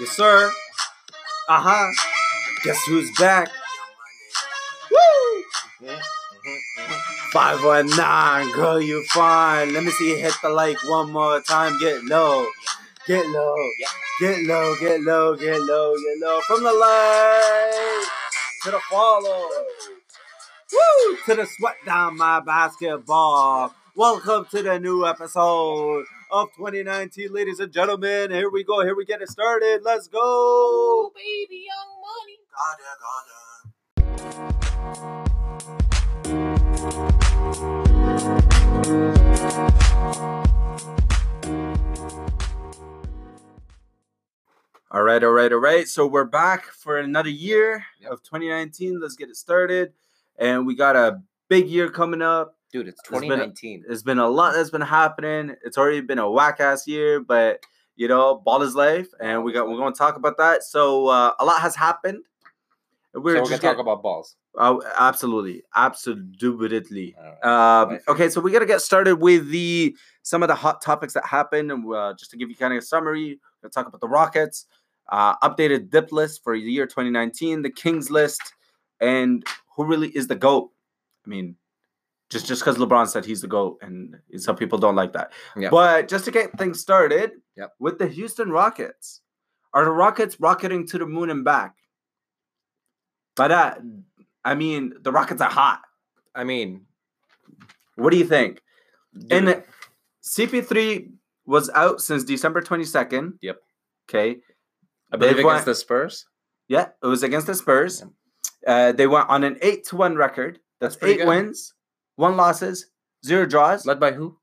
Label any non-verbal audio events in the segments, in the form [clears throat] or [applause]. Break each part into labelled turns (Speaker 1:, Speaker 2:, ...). Speaker 1: Yes, sir. Uh huh. Guess who's back? Woo! 519, girl, you fine. Let me see you hit the like one more time. Get low. Get low. Get low, get low, get low, get low. From the like to the follow. Woo! To the sweat down my basketball. Welcome to the new episode of 2019, ladies and gentlemen. Here we go. Here we get it started. Let's go.
Speaker 2: baby, young money.
Speaker 1: All right, all right, all right. So we're back for another year
Speaker 3: Yep.
Speaker 1: of 2019. Let's get it started. And we got a big year coming up.
Speaker 3: Dude, it's
Speaker 1: been a-
Speaker 3: 2019.
Speaker 1: There's been a lot that's been happening. It's already been a whack ass year, but you know, ball is life, and we got we're going to talk about that. So uh, a lot has happened.
Speaker 3: so
Speaker 1: We're
Speaker 3: we're
Speaker 1: just
Speaker 3: gonna talk
Speaker 1: gonna-
Speaker 3: about balls.
Speaker 1: Oh, absolutely, absolutely.
Speaker 3: All right.
Speaker 1: Um,
Speaker 3: Right.
Speaker 1: okay, so we got to get started with the some of the hot topics that happened, and uh, just to give you kind of a summary, we'll talk about the Rockets, uh, updated dip list for the year 2019, the Kings list, and who really is the goat. I mean, just just because LeBron said he's the goat, and some people don't like that.
Speaker 3: Yeah.
Speaker 1: But just to get things started,
Speaker 3: Yep.
Speaker 1: with the Houston Rockets, are the Rockets rocketing to the moon and back? By that, I mean the Rockets are hot.
Speaker 3: I mean,
Speaker 1: What do you think? And
Speaker 3: dude,
Speaker 1: CP3 was out since December 22nd.
Speaker 3: Yep.
Speaker 1: Okay.
Speaker 3: I believe
Speaker 1: they've won-
Speaker 3: against the Spurs.
Speaker 1: Yeah, it was against the Spurs. Uh, they went on an 8 to 1 record.
Speaker 3: That's
Speaker 1: That's
Speaker 3: pretty
Speaker 1: eight
Speaker 3: good.
Speaker 1: wins, one losses, zero draws,
Speaker 3: Led by who?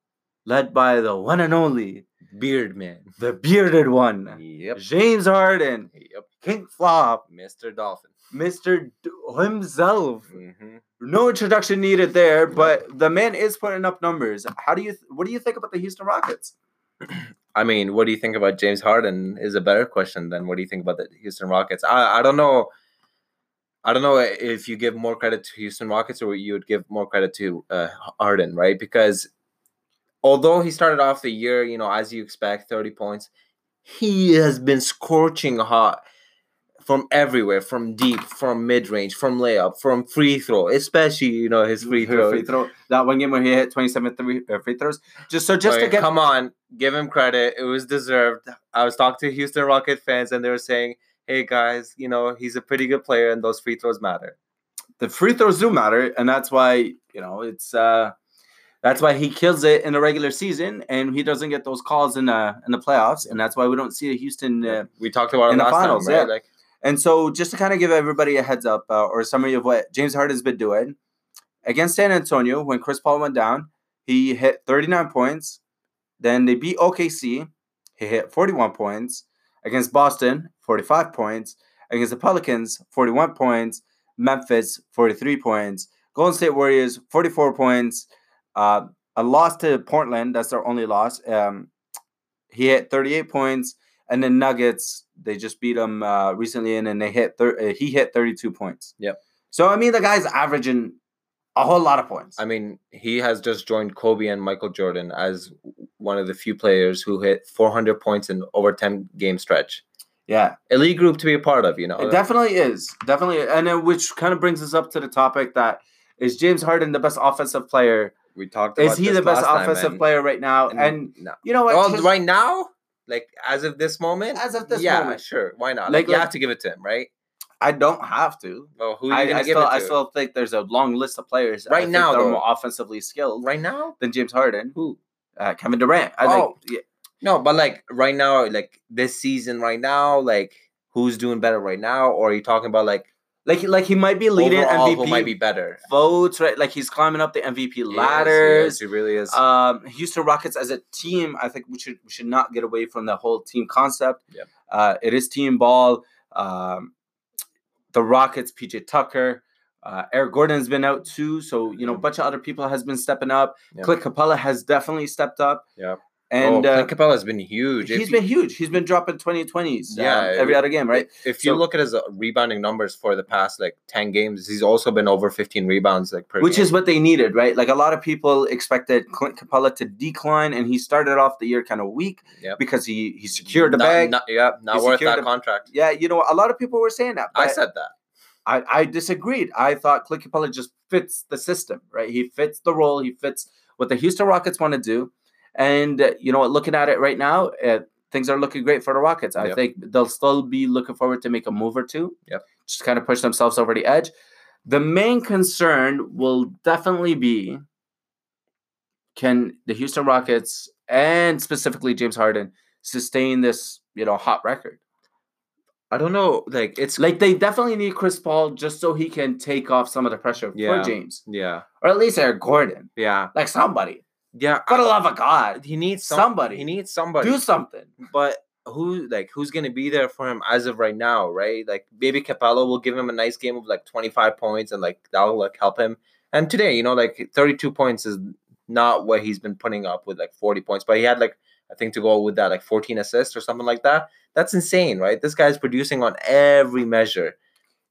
Speaker 1: led by the one and only,
Speaker 3: Beard man.
Speaker 1: the bearded one,
Speaker 3: Yep.
Speaker 1: James Harden,
Speaker 3: Yep.
Speaker 1: King Flop,
Speaker 3: Mr. Dolphin.
Speaker 1: Mr. D- himself.
Speaker 3: Mm-hmm.
Speaker 1: No introduction needed there,
Speaker 3: Nope.
Speaker 1: but the man is putting up numbers. How do you? Th- what do you think about the Houston Rockets?
Speaker 3: I mean, what do you think about James Harden? Is a better question than what do you think about the Houston Rockets? I I don't know. I don't know if you give more credit to Houston Rockets or you would give more credit to uh, Harden, right? Because although he started off the year, you know, as you expect, thirty points, he has been scorching hot from everywhere, from deep, from mid range, from layup, from free throw, especially you know [laughs] his free
Speaker 1: Her
Speaker 3: throw.
Speaker 1: throw. That one game where he hit 27 three, uh, free throws. Just so just
Speaker 3: Just
Speaker 1: to get
Speaker 3: come on, give him credit. It was deserved. I was talking to Houston Rocket fans, and they were saying, "Hey guys, you know he's a pretty good player, and those free throws matter."
Speaker 1: the free throws do matter, and that's why you know it's uh that's why he kills it in the regular season, and he doesn't get those calls in the in the playoffs, and that's why we don't see a Houston. Uh,
Speaker 3: We talked about
Speaker 1: In
Speaker 3: it
Speaker 1: the
Speaker 3: last
Speaker 1: finals,
Speaker 3: time, right?
Speaker 1: yeah.
Speaker 3: Like,
Speaker 1: and so just to kind of give everybody a heads up uh, or a summary of what James Harden's been doing against San Antonio when Chris Paul went down, he hit 39 points. Then they beat OKC. He hit 41 points against Boston, 45 points against the Pelicans, 41 points. Memphis, 43 points. Golden State Warriors, 44 points. Uh, a loss to Portland. That's their only loss. Um, he hit 38 points. And then Nuggets, they just beat them uh, recently, and then they hit thir- uh, he hit 32 points.
Speaker 3: Yep.
Speaker 1: So I mean, the guy's averaging a whole lot of points.
Speaker 3: I mean, he has just joined Kobe and Michael Jordan as w- one of the few players who hit 400 points in over 10 game stretch.
Speaker 1: yeah,
Speaker 3: Elite group to be a part of, you know.
Speaker 1: it definitely is. Definitely. And then, which kind of brings us up to the topic that is James Harden the best offensive player?
Speaker 3: we talked.
Speaker 1: Is
Speaker 3: about
Speaker 1: he
Speaker 3: this
Speaker 1: the best
Speaker 3: last time,
Speaker 1: offensive
Speaker 3: and-
Speaker 1: player right now? And,
Speaker 3: no.
Speaker 1: you know what?
Speaker 3: Well,
Speaker 1: Just-
Speaker 3: right now, like as of this moment,
Speaker 1: As of this
Speaker 3: yeah,
Speaker 1: moment.
Speaker 3: sure, why not?
Speaker 1: Like-
Speaker 3: Like, you
Speaker 1: like-
Speaker 3: have to give it to him, right?
Speaker 1: I don't have to.
Speaker 3: Well, who are you
Speaker 1: I, I
Speaker 3: gonna give
Speaker 1: still,
Speaker 3: it to?
Speaker 1: I still think there's a long list of players I
Speaker 3: Right
Speaker 1: think
Speaker 3: now,
Speaker 1: that are
Speaker 3: though.
Speaker 1: more offensively skilled
Speaker 3: right now?
Speaker 1: than James Harden,
Speaker 3: Who?
Speaker 1: uh, Kevin Durant. I
Speaker 3: Oh.
Speaker 1: think yeah,
Speaker 3: No, but like right now, like this season, right now, like who's doing better right now? Or are you talking about like
Speaker 1: like like he might be leading
Speaker 3: overall
Speaker 1: MVP
Speaker 3: who might be better?
Speaker 1: votes right. Like he's climbing up the MVP
Speaker 3: He is, he
Speaker 1: ladders.
Speaker 3: is, He really is.
Speaker 1: Um, Houston Rockets as a team, I think we should we should not get away from the whole team concept.
Speaker 3: Yep.
Speaker 1: Uh, it is team ball. Um, the Rockets, PJ Tucker, uh, Eric Gordon's been out too, so you know a
Speaker 3: Mhm.
Speaker 1: bunch of other people has been stepping up.
Speaker 3: Yep.
Speaker 1: Click Capella has definitely stepped up.
Speaker 3: Yep.
Speaker 1: And
Speaker 3: oh,
Speaker 1: uh,
Speaker 3: Clint Capella has been huge. If
Speaker 1: he's
Speaker 3: you-
Speaker 1: been huge. He's been dropping 20 20s
Speaker 3: Yeah,
Speaker 1: yeah, every
Speaker 3: it-
Speaker 1: other game, right?
Speaker 3: If you
Speaker 1: So-
Speaker 3: look at his uh, rebounding numbers for the past like ten games, he's also been over fifteen rebounds like per
Speaker 1: Which
Speaker 3: game.
Speaker 1: is what they needed, right? Like a lot of people expected Clint Capella to decline, and he started off the year kind of weak
Speaker 3: Yep.
Speaker 1: because he he secured the
Speaker 3: not,
Speaker 1: bag.
Speaker 3: Not, yeah, not
Speaker 1: He
Speaker 3: worth
Speaker 1: secured
Speaker 3: that
Speaker 1: the-
Speaker 3: contract.
Speaker 1: yeah, you know, a lot of people were saying that.
Speaker 3: I
Speaker 1: but-
Speaker 3: said that.
Speaker 1: I, I disagreed. I thought Clint Capella just fits the system, right? He fits the role. He fits what the Houston Rockets want to do. And, uh, you know, what, looking at it right now, uh, things are looking great for the Rockets. I
Speaker 3: Yep.
Speaker 1: think they'll still be looking forward to make a move or two.
Speaker 3: Yep.
Speaker 1: Just kind of push themselves over the edge. The main concern will definitely be can the Houston Rockets and specifically James Harden sustain this, you know, hot record?
Speaker 3: I don't know. Like it's
Speaker 1: Like they definitely need Chris Paul just so he can take off some of the pressure
Speaker 3: Yeah.
Speaker 1: for James,
Speaker 3: yeah,
Speaker 1: or at least Eric Gordon,
Speaker 3: yeah,
Speaker 1: like somebody.
Speaker 3: yeah.
Speaker 1: For the love of God,
Speaker 3: He needs some-
Speaker 1: Somebody.
Speaker 3: He needs somebody.
Speaker 1: do something.
Speaker 3: but who like who's gonna be there for him as of right now, right? Like maybe Capello will give him a nice game of like twenty five points and like that'll like help him. And today, you know, like thirty two points is not what he's been putting up with like forty points, but he had like I think to go with that like fourteen assists or something like that. That's insane, right? This guy's producing on every measure.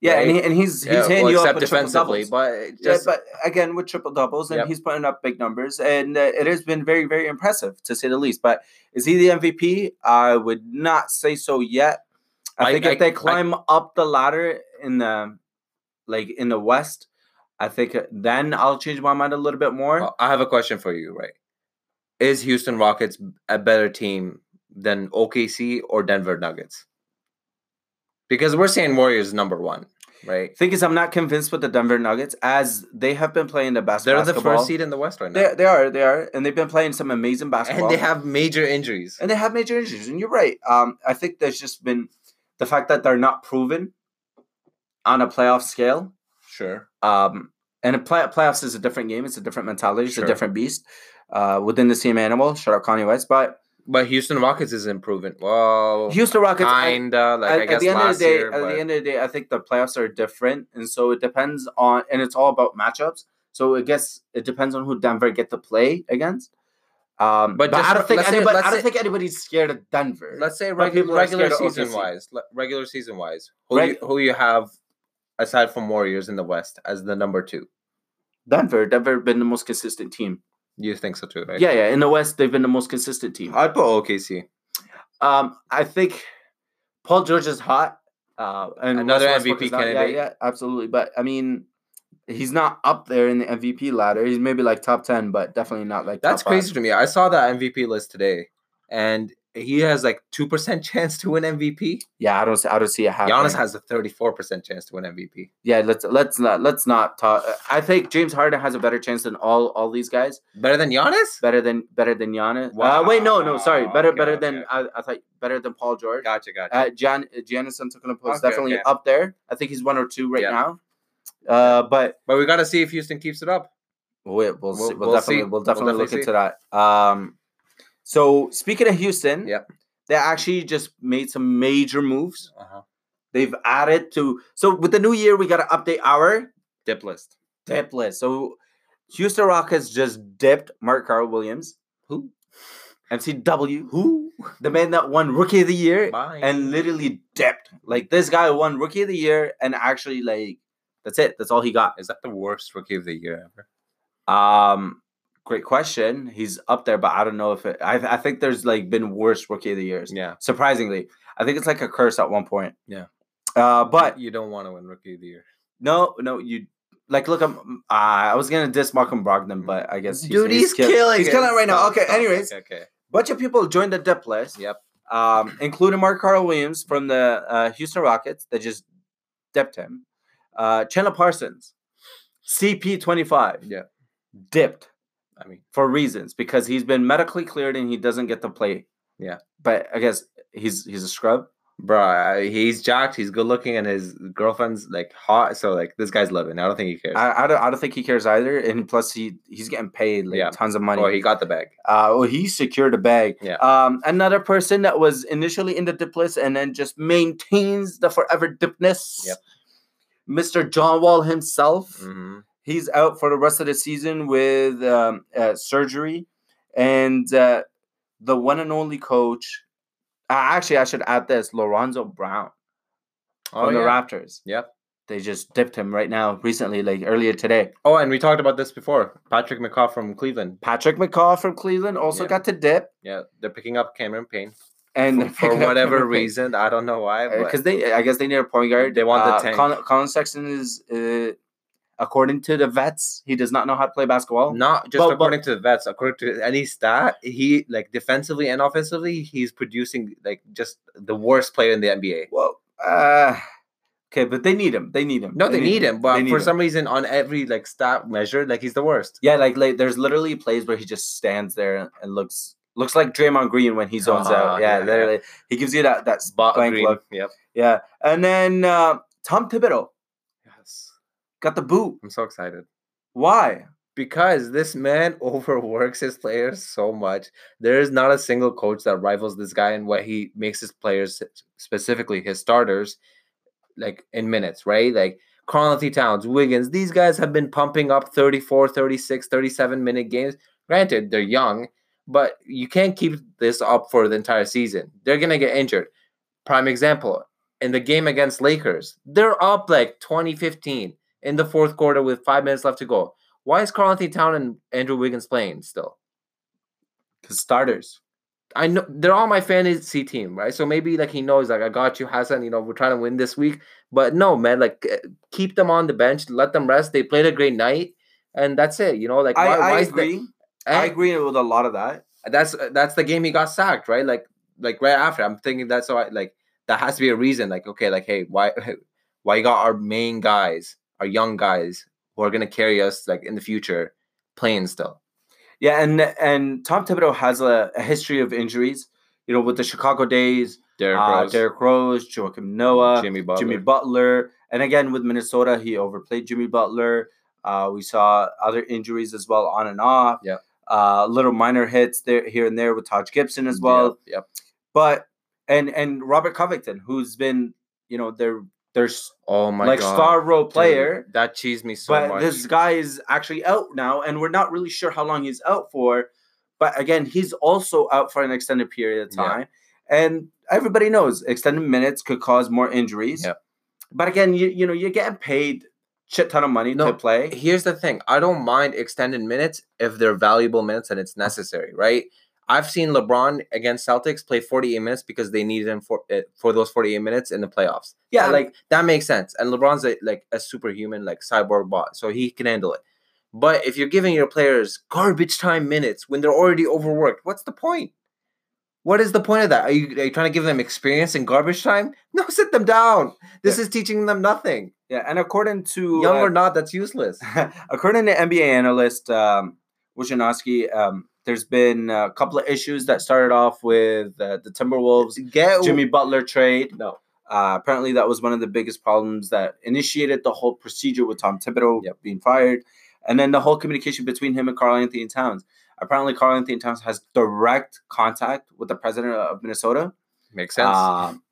Speaker 1: Yeah, and,
Speaker 3: Right.
Speaker 1: he, and he's he's
Speaker 3: Yeah,
Speaker 1: hitting
Speaker 3: well,
Speaker 1: you up
Speaker 3: except
Speaker 1: with defensively,
Speaker 3: defensively,
Speaker 1: but
Speaker 3: but just
Speaker 1: but again with triple doubles, and
Speaker 3: Yep.
Speaker 1: he's putting up big numbers, and uh, it has been very very impressive to say the least. But is he the MVP? I would not say so yet. I,
Speaker 3: I-
Speaker 1: think
Speaker 3: I-
Speaker 1: if they
Speaker 3: I-
Speaker 1: climb up the ladder in the like in the West, I think uh, then I'll change my mind a little bit more.
Speaker 3: Well, Uh, I have a question for you, right? Is Houston Rockets a better team than OKC or Denver Nuggets? Because we're saying Warriors number one, right?
Speaker 1: Thing is, I'm not convinced with the Denver Nuggets as they have been playing the best
Speaker 3: They're the
Speaker 1: basketball.
Speaker 3: first seed in the West right now,
Speaker 1: They, they are, they are, and they've been playing some amazing basketball.
Speaker 3: and they have major injuries.
Speaker 1: and they have major injuries. And you're right. Um, I think there's just been the fact that they're not proven on a playoff scale.
Speaker 3: Sure,
Speaker 1: Um, and a play, playoffs is a different game. It's a different mentality. It's
Speaker 3: Sure.
Speaker 1: a different beast. Uh, within the same animal. Shout out Kanye West, but
Speaker 3: but Houston Rockets is improving. Well,
Speaker 1: Houston Rockets. I-
Speaker 3: kinda like
Speaker 1: at,
Speaker 3: I
Speaker 1: at
Speaker 3: guess
Speaker 1: the end
Speaker 3: last
Speaker 1: of the day,
Speaker 3: year,
Speaker 1: at
Speaker 3: but
Speaker 1: the end of the day, I think the playoffs are different, and so it depends on, and it's all about matchups. So I guess it depends on who Denver get to play against. Um, but,
Speaker 3: But just
Speaker 1: I don't
Speaker 3: for-
Speaker 1: think
Speaker 3: let's say-
Speaker 1: anybody,
Speaker 3: let's
Speaker 1: I don't
Speaker 3: say-
Speaker 1: think anybody's scared of Denver.
Speaker 3: let's say
Speaker 1: But
Speaker 3: regular,
Speaker 1: people are
Speaker 3: regular
Speaker 1: scared of
Speaker 3: season
Speaker 1: OKC.
Speaker 3: wise, le- regular season wise, who
Speaker 1: Reg-
Speaker 3: you, who you have aside from Warriors in the West as the number two?
Speaker 1: Denver, Denver been the most consistent team.
Speaker 3: You think so too, right?
Speaker 1: Yeah, yeah. In the West, they've been the most consistent team.
Speaker 3: I'd put OKC.
Speaker 1: Um, I think Paul George is hot. Uh, and
Speaker 3: Another
Speaker 1: Russell Westbrook
Speaker 3: MVP
Speaker 1: is not-
Speaker 3: candidate.
Speaker 1: Yeah, yeah, absolutely. But I mean, he's not up there in the MVP ladder. He's maybe like top ten, but definitely not like
Speaker 3: That's
Speaker 1: top five.
Speaker 3: crazy to me. I saw that MVP list today, and he has like two percent [laughs] chance to win MVP.
Speaker 1: Yeah, I don't, see- I don't see it happening.
Speaker 3: Giannis has a thirty-four percent chance to win MVP.
Speaker 1: yeah, let's let's not let's not talk. I think James Harden has a better chance than all all these guys.
Speaker 3: Better than Giannis?
Speaker 1: Better than better than Giannis. Uh, wait, no, no, sorry.
Speaker 3: Wow,
Speaker 1: Better
Speaker 3: okay,
Speaker 1: better
Speaker 3: okay,
Speaker 1: than I, I thought better than Paul George.
Speaker 3: Gotcha, gotcha.
Speaker 1: Uh, Jan Giannis Antetokounmpo is
Speaker 3: Okay,
Speaker 1: definitely
Speaker 3: okay.
Speaker 1: up there. I think he's one or two right
Speaker 3: Yeah.
Speaker 1: now. Uh, but
Speaker 3: but we gotta see if Houston keeps it up.
Speaker 1: we, we'll, see.
Speaker 3: We'll-
Speaker 1: We'll,
Speaker 3: we'll
Speaker 1: definitely
Speaker 3: see.
Speaker 1: we'll
Speaker 3: We'll
Speaker 1: definitely look
Speaker 3: definitely
Speaker 1: into that. Um, so speaking of Houston,
Speaker 3: Yep.
Speaker 1: they actually just made some major moves.
Speaker 3: Uh-huh.
Speaker 1: They've added to so with the new year we got to update our
Speaker 3: Dip list.
Speaker 1: dip list. So Houston Rockets just dipped Mark Carl Williams,
Speaker 3: Who?
Speaker 1: MCW,
Speaker 3: Who?
Speaker 1: the man that won Rookie of the Year,
Speaker 3: Bye.
Speaker 1: and literally dipped. Like this guy won Rookie of the Year, and actually like that's it. That's all he got.
Speaker 3: is that the worst rookie of the year ever?
Speaker 1: Um, great question. He's up there, but I don't know if it. I I think there's like been worse Rookie of the Years.
Speaker 3: Yeah.
Speaker 1: Surprisingly, I think it's like a curse at one point.
Speaker 3: Yeah.
Speaker 1: Uh, but
Speaker 3: you don't want to win rookie of the year.
Speaker 1: No, no, you like look. I'm. Uh, I was gonna diss Malcolm Brogdon, but I guess he's,
Speaker 3: Dude, he's,
Speaker 1: kill-
Speaker 3: killing.
Speaker 1: He's killing
Speaker 3: it.
Speaker 1: it right now.
Speaker 3: Stop,
Speaker 1: Okay.
Speaker 3: stop.
Speaker 1: Anyways,
Speaker 3: Okay, okay.
Speaker 1: bunch of people joined the depth list.
Speaker 3: Yep.
Speaker 1: Um, including Mark Carl Williams from the uh, Houston Rockets that just dipped him. Uh, Chandler Parsons, CP twenty five,
Speaker 3: Yeah.
Speaker 1: dipped
Speaker 3: I mean,
Speaker 1: for reasons because he's been medically cleared and he doesn't get to play.
Speaker 3: Yeah.
Speaker 1: But I guess he's he's a scrub.
Speaker 3: Bro, I- he's jacked. He's good looking, and his girlfriend's like hot. So like, this guy's living. I don't think he cares.
Speaker 1: I, I don't I don't think he cares either. And plus he he's getting paid like
Speaker 3: Yeah.
Speaker 1: tons of money.
Speaker 3: oh, he got the bag.
Speaker 1: Uh, well, he secured a bag.
Speaker 3: Yeah.
Speaker 1: Um, another person that was initially in the dip list and then just maintains the forever dipness.
Speaker 3: Yep.
Speaker 1: Mr. John Wall himself.
Speaker 3: hmm
Speaker 1: He's out for the rest of the season with um, uh, surgery, and uh, the one and only coach. Uh, actually, I should add this: Lorenzo Brown
Speaker 3: Oh,
Speaker 1: from
Speaker 3: yeah.
Speaker 1: the Raptors.
Speaker 3: Yep.
Speaker 1: They just dipped him right now, recently, like earlier today.
Speaker 3: oh, and we talked about this before. Patrick McCaw from Cleveland.
Speaker 1: Patrick McCaw from Cleveland also
Speaker 3: Yeah.
Speaker 1: got to dip,
Speaker 3: Yeah, they're picking up Cameron Payne
Speaker 1: and [laughs]
Speaker 3: for whatever reason. I don't know why, but
Speaker 1: because Eh, they, I guess they need a point guard.
Speaker 3: They want the
Speaker 1: uh,
Speaker 3: tank.
Speaker 1: Colin, Colin Sexton is, uh, according to the vets, he does not know how to play basketball.
Speaker 3: not just
Speaker 1: But- but-
Speaker 3: according to the vets, according to any stat, he like defensively and offensively, he's producing like just the worst player in the NBA.
Speaker 1: Well, uh, okay, but they need him. They need him.
Speaker 3: No, they need him, but
Speaker 1: They need
Speaker 3: for
Speaker 1: him.
Speaker 3: some reason, on every like stat measure, like he's the worst.
Speaker 1: Yeah, like, like there's literally plays where he just stands there and, and looks looks like Draymond Green when he zones
Speaker 3: Ah,
Speaker 1: out. Yeah,
Speaker 3: yeah, yeah.
Speaker 1: literally, he gives you that that
Speaker 3: But
Speaker 1: blank
Speaker 3: Green,
Speaker 1: look.
Speaker 3: yep.
Speaker 1: Yeah, and then uh, Tom Thibodeau
Speaker 3: Yes,
Speaker 1: got the boot.
Speaker 3: I'm so excited
Speaker 1: Why?
Speaker 3: because this man [laughs] overworks his players so much. There is not a single coach that rivals this guy in what he makes his players, specifically his starters, like in minutes, right? Like Carl Anthony Towns, Wiggins, these guys have been pumping up 34, 36, 37 minute games. Granted, they're young, but you can't keep this up for the entire season. They're going to get injured. Prime example in the game against Lakers, they're up like 20 15 in the fourth quarter with five minutes left to go. Why is Carl Anthony Town and Andrew Wiggins playing still?
Speaker 1: Because starters.
Speaker 3: I know they're all my fantasy team, right? So maybe like he knows, like I got you, Hassan. You know we're trying to win this week, but no, man. Like eh, keep them on the bench, let them rest. They played a great night, and that's it. You know, like
Speaker 1: I,
Speaker 3: why,
Speaker 1: I
Speaker 3: why is the-
Speaker 1: agree. I
Speaker 3: eh?
Speaker 1: agree with a lot of that.
Speaker 3: that's that's the game he got sacked, right? Like like right after. I'm thinking that's why like that has to be a reason. Like okay, like hey, why [laughs] why you got our main guys, our young guys who are gonna carry us like in the future playing still?
Speaker 1: Yeah, and and Tom Thibodeau has a, a history of injuries. You know, with the Chicago days,
Speaker 3: Derrick
Speaker 1: uh,
Speaker 3: Rose,
Speaker 1: Derrick Rose, Joakim Noah, Jimmy
Speaker 3: Jimmy
Speaker 1: Butler.
Speaker 3: Butler,
Speaker 1: and again with Minnesota, he overplayed Jimmy Butler. Uh, we saw other injuries as well, on and off.
Speaker 3: Yeah.
Speaker 1: uh, little minor hits there, here and there with Taj Gibson as well.
Speaker 3: Yep, yep.
Speaker 1: But and and Robert Covington, who's been you know their their s-
Speaker 3: Oh my
Speaker 1: like
Speaker 3: god,
Speaker 1: star role
Speaker 3: dude,
Speaker 1: player
Speaker 3: that cheesed me so
Speaker 1: but
Speaker 3: much.
Speaker 1: this guy is actually out now, and we're not really sure how long he's out for. But again, he's also out for an extended period of
Speaker 3: Yeah.
Speaker 1: time, and everybody knows extended minutes could cause more injuries.
Speaker 3: Yep.
Speaker 1: But again, you you know you're getting paid shit ton of money
Speaker 3: No,
Speaker 1: to play.
Speaker 3: here's the thing i don't mind extended minutes if they're valuable minutes and it's necessary right i've seen lebron against celtics play 48 minutes because they needed him for eh, for those 48 minutes in the playoffs yeah
Speaker 1: Um,
Speaker 3: like that makes sense and lebron's a, like a superhuman like cyborg bot so he can handle it but if you're giving your players garbage time minutes when they're already overworked what's the point what is the point of that? Are you, are you trying to give them experience in garbage time? [laughs] No, sit them down. This is teaching them nothing.
Speaker 1: yeah, and according to
Speaker 3: Young
Speaker 1: uh,
Speaker 3: or not, that's useless.
Speaker 1: [laughs] according to NBA analyst um, Wojnarowski, um, there's been a couple of issues that started off with uh, the Timberwolves
Speaker 3: Get
Speaker 1: Jimmy Butler trade.
Speaker 3: No.
Speaker 1: Uh, apparently, that was one of the biggest problems that initiated the whole procedure with Tom Thibodeau
Speaker 3: Yep.
Speaker 1: being fired, and then the whole communication between him and Carl Anthony Towns. Apparently, Carl Anthony Towns has direct contact with the president of Minnesota.
Speaker 3: Makes sense.
Speaker 1: Um,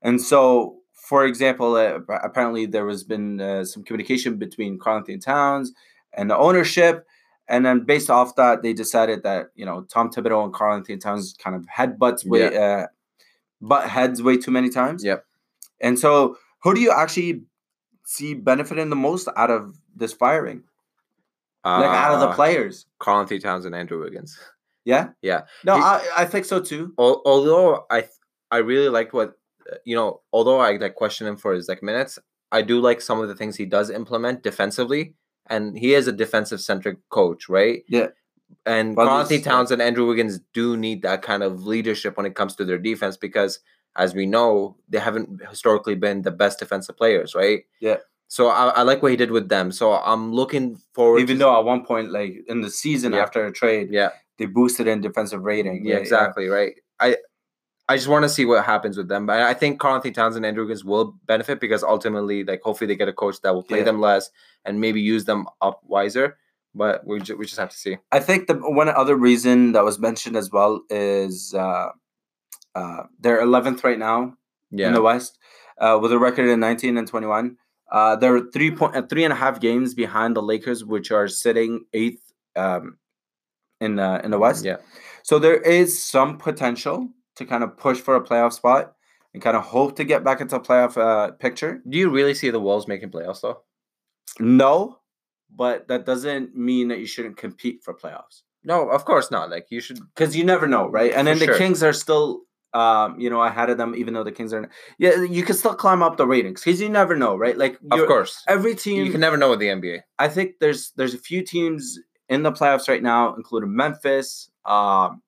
Speaker 1: and so, for example, uh, ap- apparently there has been uh, some communication between Carl Anthony Towns and the ownership. And then, based off that, they decided that you know Tom Thibodeau and Carl Anthony Towns kind of headbutts way, uh, butt heads way too many times.
Speaker 3: Yep.
Speaker 1: And so, who do you actually see benefiting the most out of this firing? Like out of the
Speaker 3: Uh,
Speaker 1: players?
Speaker 3: Carl Anthony Towns and Andrew Wiggins.
Speaker 1: Yeah.
Speaker 3: yeah.
Speaker 1: No,
Speaker 3: He-
Speaker 1: I, I think so too.
Speaker 3: Al- although I th- I really liked what uh, you know, although I like question him for his like minutes, I do like some of the things he does implement defensively, and he is a defensive centric coach, right?
Speaker 1: Yeah.
Speaker 3: And
Speaker 1: But
Speaker 3: Carl
Speaker 1: this-
Speaker 3: Anthony Towns and Andrew Wiggins do need that kind of leadership when it comes to their defense because, as we know, they haven't historically been the best defensive players, right?
Speaker 1: Yeah.
Speaker 3: So I, I like what he did with them. So I'm looking forward.
Speaker 1: Even
Speaker 3: to,
Speaker 1: though at one point, like in the season
Speaker 3: Yeah.
Speaker 1: after a trade,
Speaker 3: yeah,
Speaker 1: they boosted in defensive rating.
Speaker 3: Yeah, exactly. Right. I I just want to see what happens with them. But I think Carl Anthony Towns and Andrew Wiggins will benefit because ultimately, like, hopefully they get a coach that will play
Speaker 1: Yeah.
Speaker 3: them less and maybe use them up wiser. But we, ju- we just have to see.
Speaker 1: I think the one other reason that was mentioned as well is uh, uh, they're 11th right now
Speaker 3: Yeah.
Speaker 1: in the West uh, with a record in 19 and 21. Uh, they're three point, uh, three and a half games behind the Lakers, which are sitting eighth um, in uh, in the West.
Speaker 3: Yeah.
Speaker 1: So there is some potential to kind of push for a playoff spot and kind of hope to get back into playoff uh, picture.
Speaker 3: Do you really see the Wolves making playoffs though?
Speaker 1: No, but that doesn't mean that you shouldn't compete for playoffs
Speaker 3: No, of course not. Like you should.
Speaker 1: because you never know, right? And
Speaker 3: For
Speaker 1: then the
Speaker 3: sure.
Speaker 1: Kings are still. Um, you know, ahead of them, even though the Kings are, yeah, you can still climb up the ratings because you never know, right? Like,
Speaker 3: Of
Speaker 1: you're-
Speaker 3: course,
Speaker 1: every team
Speaker 3: you can never know with the NBA.
Speaker 1: I think there's there's a few teams in the playoffs right now, including Memphis, um,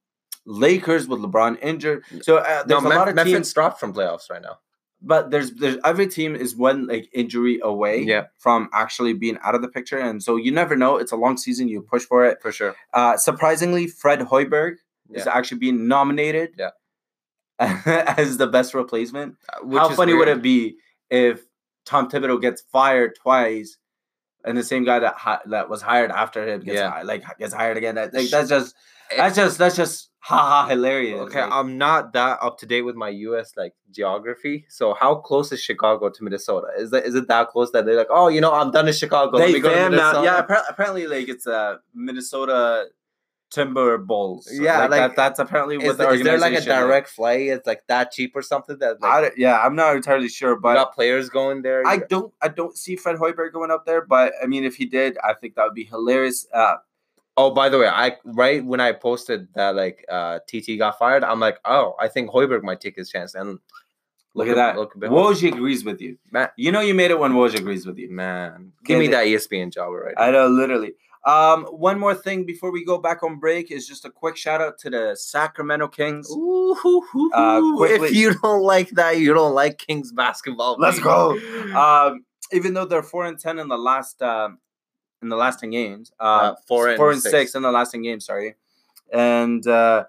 Speaker 1: Lakers with LeBron injured. So uh,
Speaker 3: No,
Speaker 1: there's a
Speaker 3: Mem-
Speaker 1: lot of
Speaker 3: Memphis
Speaker 1: teams,
Speaker 3: dropped from playoffs right now.
Speaker 1: but there's there's every team is one like injury away
Speaker 3: Yeah.
Speaker 1: from actually being out of the picture, and so you never know. It's a long season; you push for it.
Speaker 3: For sure.
Speaker 1: Uh, surprisingly, Fred Hoiberg is
Speaker 3: Yeah.
Speaker 1: actually being nominated
Speaker 3: Yeah.
Speaker 1: [laughs] as the best replacement.
Speaker 3: Uh, which
Speaker 1: How
Speaker 3: is
Speaker 1: funny would
Speaker 3: weird.
Speaker 1: it be if Tom Thibodeau gets fired twice, and the same guy that hi- that was hired after him gets
Speaker 3: Yeah.
Speaker 1: hired, like gets hired again? That, like,
Speaker 3: Sh- Eh
Speaker 1: that's just that's just that's just ha ha hilarious.
Speaker 3: Okay,
Speaker 1: like,
Speaker 3: I'm not that up to date with my U.S. like geography. So how close is Chicago to Minnesota? Is that is it that close that they're like, oh, you know, I'm done in Chicago. Let
Speaker 1: they
Speaker 3: me go to
Speaker 1: fanned out. Yeah,
Speaker 3: Minnesota."
Speaker 1: appar- apparently, like it's a Minnesota Timber Bulls.
Speaker 3: Yeah,
Speaker 1: like,
Speaker 3: like,
Speaker 1: that, that's apparently what
Speaker 3: Is,
Speaker 1: the
Speaker 3: there- is there like a
Speaker 1: organization is.
Speaker 3: direct flight? It's like that cheap or something that
Speaker 1: I
Speaker 3: like
Speaker 1: don't- yeah, I'm not entirely sure,
Speaker 3: you
Speaker 1: but
Speaker 3: got players going there.
Speaker 1: I
Speaker 3: You got-
Speaker 1: don't I don't see Fred Hoiberg going up there. But I mean, if he did, I think that would be hilarious. Uh,
Speaker 3: oh, by the way, I right when I posted that like uh TT got fired, I'm like, oh, I think Hoiberg might take his chance. And
Speaker 1: Look at that.
Speaker 3: Look,
Speaker 1: Woj agrees with you.
Speaker 3: Ma-
Speaker 1: You know you made it when Woj agrees with you.
Speaker 3: man,
Speaker 1: Yeah,
Speaker 3: give me
Speaker 1: they-
Speaker 3: that E ESPN job right.
Speaker 1: I know, literally. Um, one more thing before we go back on break is just a quick shout out to the Sacramento Kings.
Speaker 3: Ooh, hoo, hoo,
Speaker 1: Uh,
Speaker 3: hoo.
Speaker 1: quickly-
Speaker 3: if you don't like that, you don't like Kings basketball.
Speaker 1: Let's
Speaker 3: baby.
Speaker 1: go. Um, even though they're four and ten in the last um, in the last ten games, uh,
Speaker 3: Uh,
Speaker 1: s-
Speaker 3: four and
Speaker 1: four and
Speaker 3: six.
Speaker 1: in the last ten games. Sorry, and uh,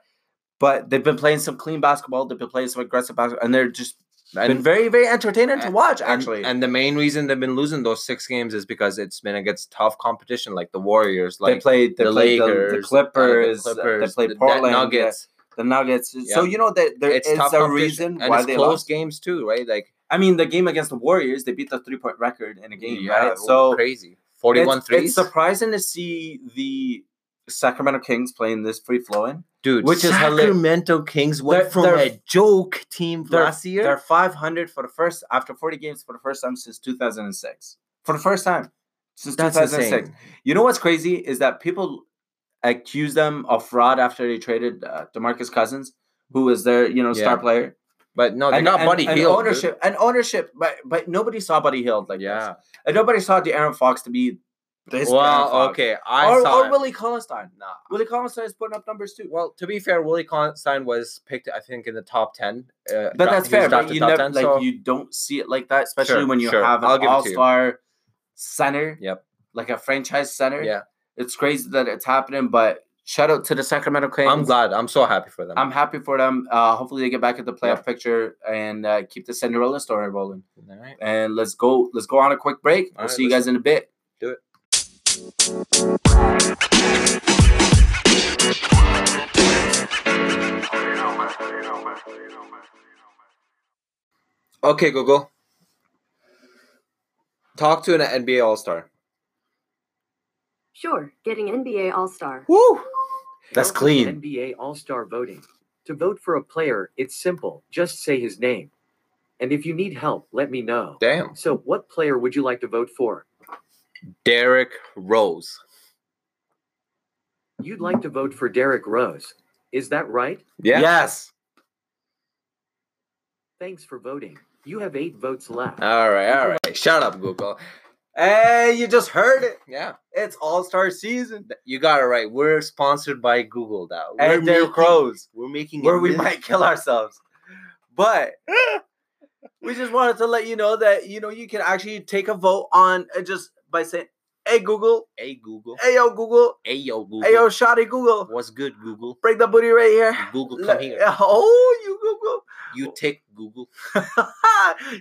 Speaker 1: but they've been playing some clean basketball. They've been playing some aggressive basketball, and they're just been
Speaker 3: and,
Speaker 1: very very entertaining to watch.
Speaker 3: and-
Speaker 1: Actually,
Speaker 3: and the main reason they've been losing those six games is because it's been against tough competition, like the Warriors, like
Speaker 1: they played they
Speaker 3: the
Speaker 1: played the-
Speaker 3: Lakers,
Speaker 1: the,
Speaker 3: uh,
Speaker 1: Clippers, uh,
Speaker 3: Clippers,
Speaker 1: they played
Speaker 3: the
Speaker 1: Portland, yeah.
Speaker 3: Nuggets.
Speaker 1: the Nuggets. So
Speaker 3: Yeah.
Speaker 1: you know that there
Speaker 3: it's
Speaker 1: is
Speaker 3: tough
Speaker 1: a
Speaker 3: competition.
Speaker 1: reason
Speaker 3: and
Speaker 1: why
Speaker 3: it's
Speaker 1: they
Speaker 3: close
Speaker 1: lost.
Speaker 3: games too, right? Like
Speaker 1: I mean, the game against the Warriors, they beat the three point record in a game,
Speaker 3: yeah,
Speaker 1: right?
Speaker 3: it was
Speaker 1: So
Speaker 3: crazy,
Speaker 1: it's,
Speaker 3: forty-one
Speaker 1: it's
Speaker 3: threes,
Speaker 1: surprising to see the Sacramento Kings playing this free flowing.
Speaker 3: dude.
Speaker 1: which is hila-
Speaker 3: Sacramento Kings went
Speaker 1: They're-
Speaker 3: from
Speaker 1: they're-
Speaker 3: a joke team
Speaker 1: they're-
Speaker 3: last year.
Speaker 1: They're 500 for the first after 40 games for the first time since 2006. For the first time since
Speaker 3: That's
Speaker 1: 2006.
Speaker 3: insane.
Speaker 1: You know what's crazy is that people accuse them of fraud after they traded uh, DeMarcus Cousins, who was their you know star
Speaker 3: Yeah.
Speaker 1: player.
Speaker 3: But no, they got Buddy
Speaker 1: and
Speaker 3: Hield. dude.
Speaker 1: ownership and ownership, but but nobody saw Buddy Hield like
Speaker 3: Yeah.
Speaker 1: this. And nobody saw the Aaron Fox to be this. De'Aaron
Speaker 3: Well,
Speaker 1: Fox.
Speaker 3: okay, I
Speaker 1: or,
Speaker 3: saw.
Speaker 1: or
Speaker 3: it.
Speaker 1: Willie Collstein.
Speaker 3: Nah.
Speaker 1: Willie Collstein is putting up numbers too.
Speaker 3: Well, to be fair, Willie Constein was picked, I think, in the top ten. Uh,
Speaker 1: But that's fair. But you never like
Speaker 3: so,
Speaker 1: you don't see it like that, especially
Speaker 3: Sure,
Speaker 1: when you
Speaker 3: sure.
Speaker 1: have
Speaker 3: I'll
Speaker 1: an
Speaker 3: give it to you.
Speaker 1: all-star center.
Speaker 3: [laughs] Yep.
Speaker 1: Like a franchise center.
Speaker 3: yeah.
Speaker 1: It's crazy that it's happening, but shout out to the Sacramento Kings.
Speaker 3: I'm glad. I'm so happy for them.
Speaker 1: I'm happy for them. Uh, hopefully they get back at the playoff
Speaker 3: Yeah.
Speaker 1: picture and uh, keep the Cinderella story rolling.
Speaker 3: All right.
Speaker 1: and let's go let's go on a quick break. I'll
Speaker 3: All right,
Speaker 1: see you
Speaker 3: let's
Speaker 1: guys in a bit.
Speaker 3: do it. Okay, Google. Talk to an NBA All Star.
Speaker 2: Sure, getting NBA All Star.
Speaker 1: Woo! That's
Speaker 4: Help with
Speaker 1: clean.
Speaker 4: NBA All Star voting. To vote for a player, it's simple. Just say his name. And if you need help, let me know.
Speaker 3: Damn.
Speaker 4: So, what player would you like to vote for?
Speaker 3: Derek Rose.
Speaker 4: You'd like to vote for Derek Rose. Is that right?
Speaker 3: Yeah.
Speaker 1: Yes.
Speaker 4: Thanks for voting. You have eight votes left.
Speaker 3: All right. All right. Shut up, Google.
Speaker 1: Hey, you just heard it.
Speaker 3: Yeah.
Speaker 1: It's All Star season.
Speaker 3: You got it right. We're sponsored by Google now. We're
Speaker 1: And Derrick
Speaker 3: making-
Speaker 1: Rose,
Speaker 3: We're making
Speaker 1: where we
Speaker 3: mil-
Speaker 1: might kill ourselves, but
Speaker 3: [laughs]
Speaker 1: we just wanted to let you know that you know you can actually take a vote on uh, just by saying, "Hey Google,
Speaker 3: Hey Google.
Speaker 1: hey yo Google,
Speaker 3: Hey yo Google.
Speaker 1: hey yo Shotty Google,
Speaker 3: What's good Google?
Speaker 1: break the booty right here."
Speaker 3: Google
Speaker 1: Le-
Speaker 3: come here.
Speaker 1: [laughs] Oh, you Google.
Speaker 3: You take Google.
Speaker 1: [laughs]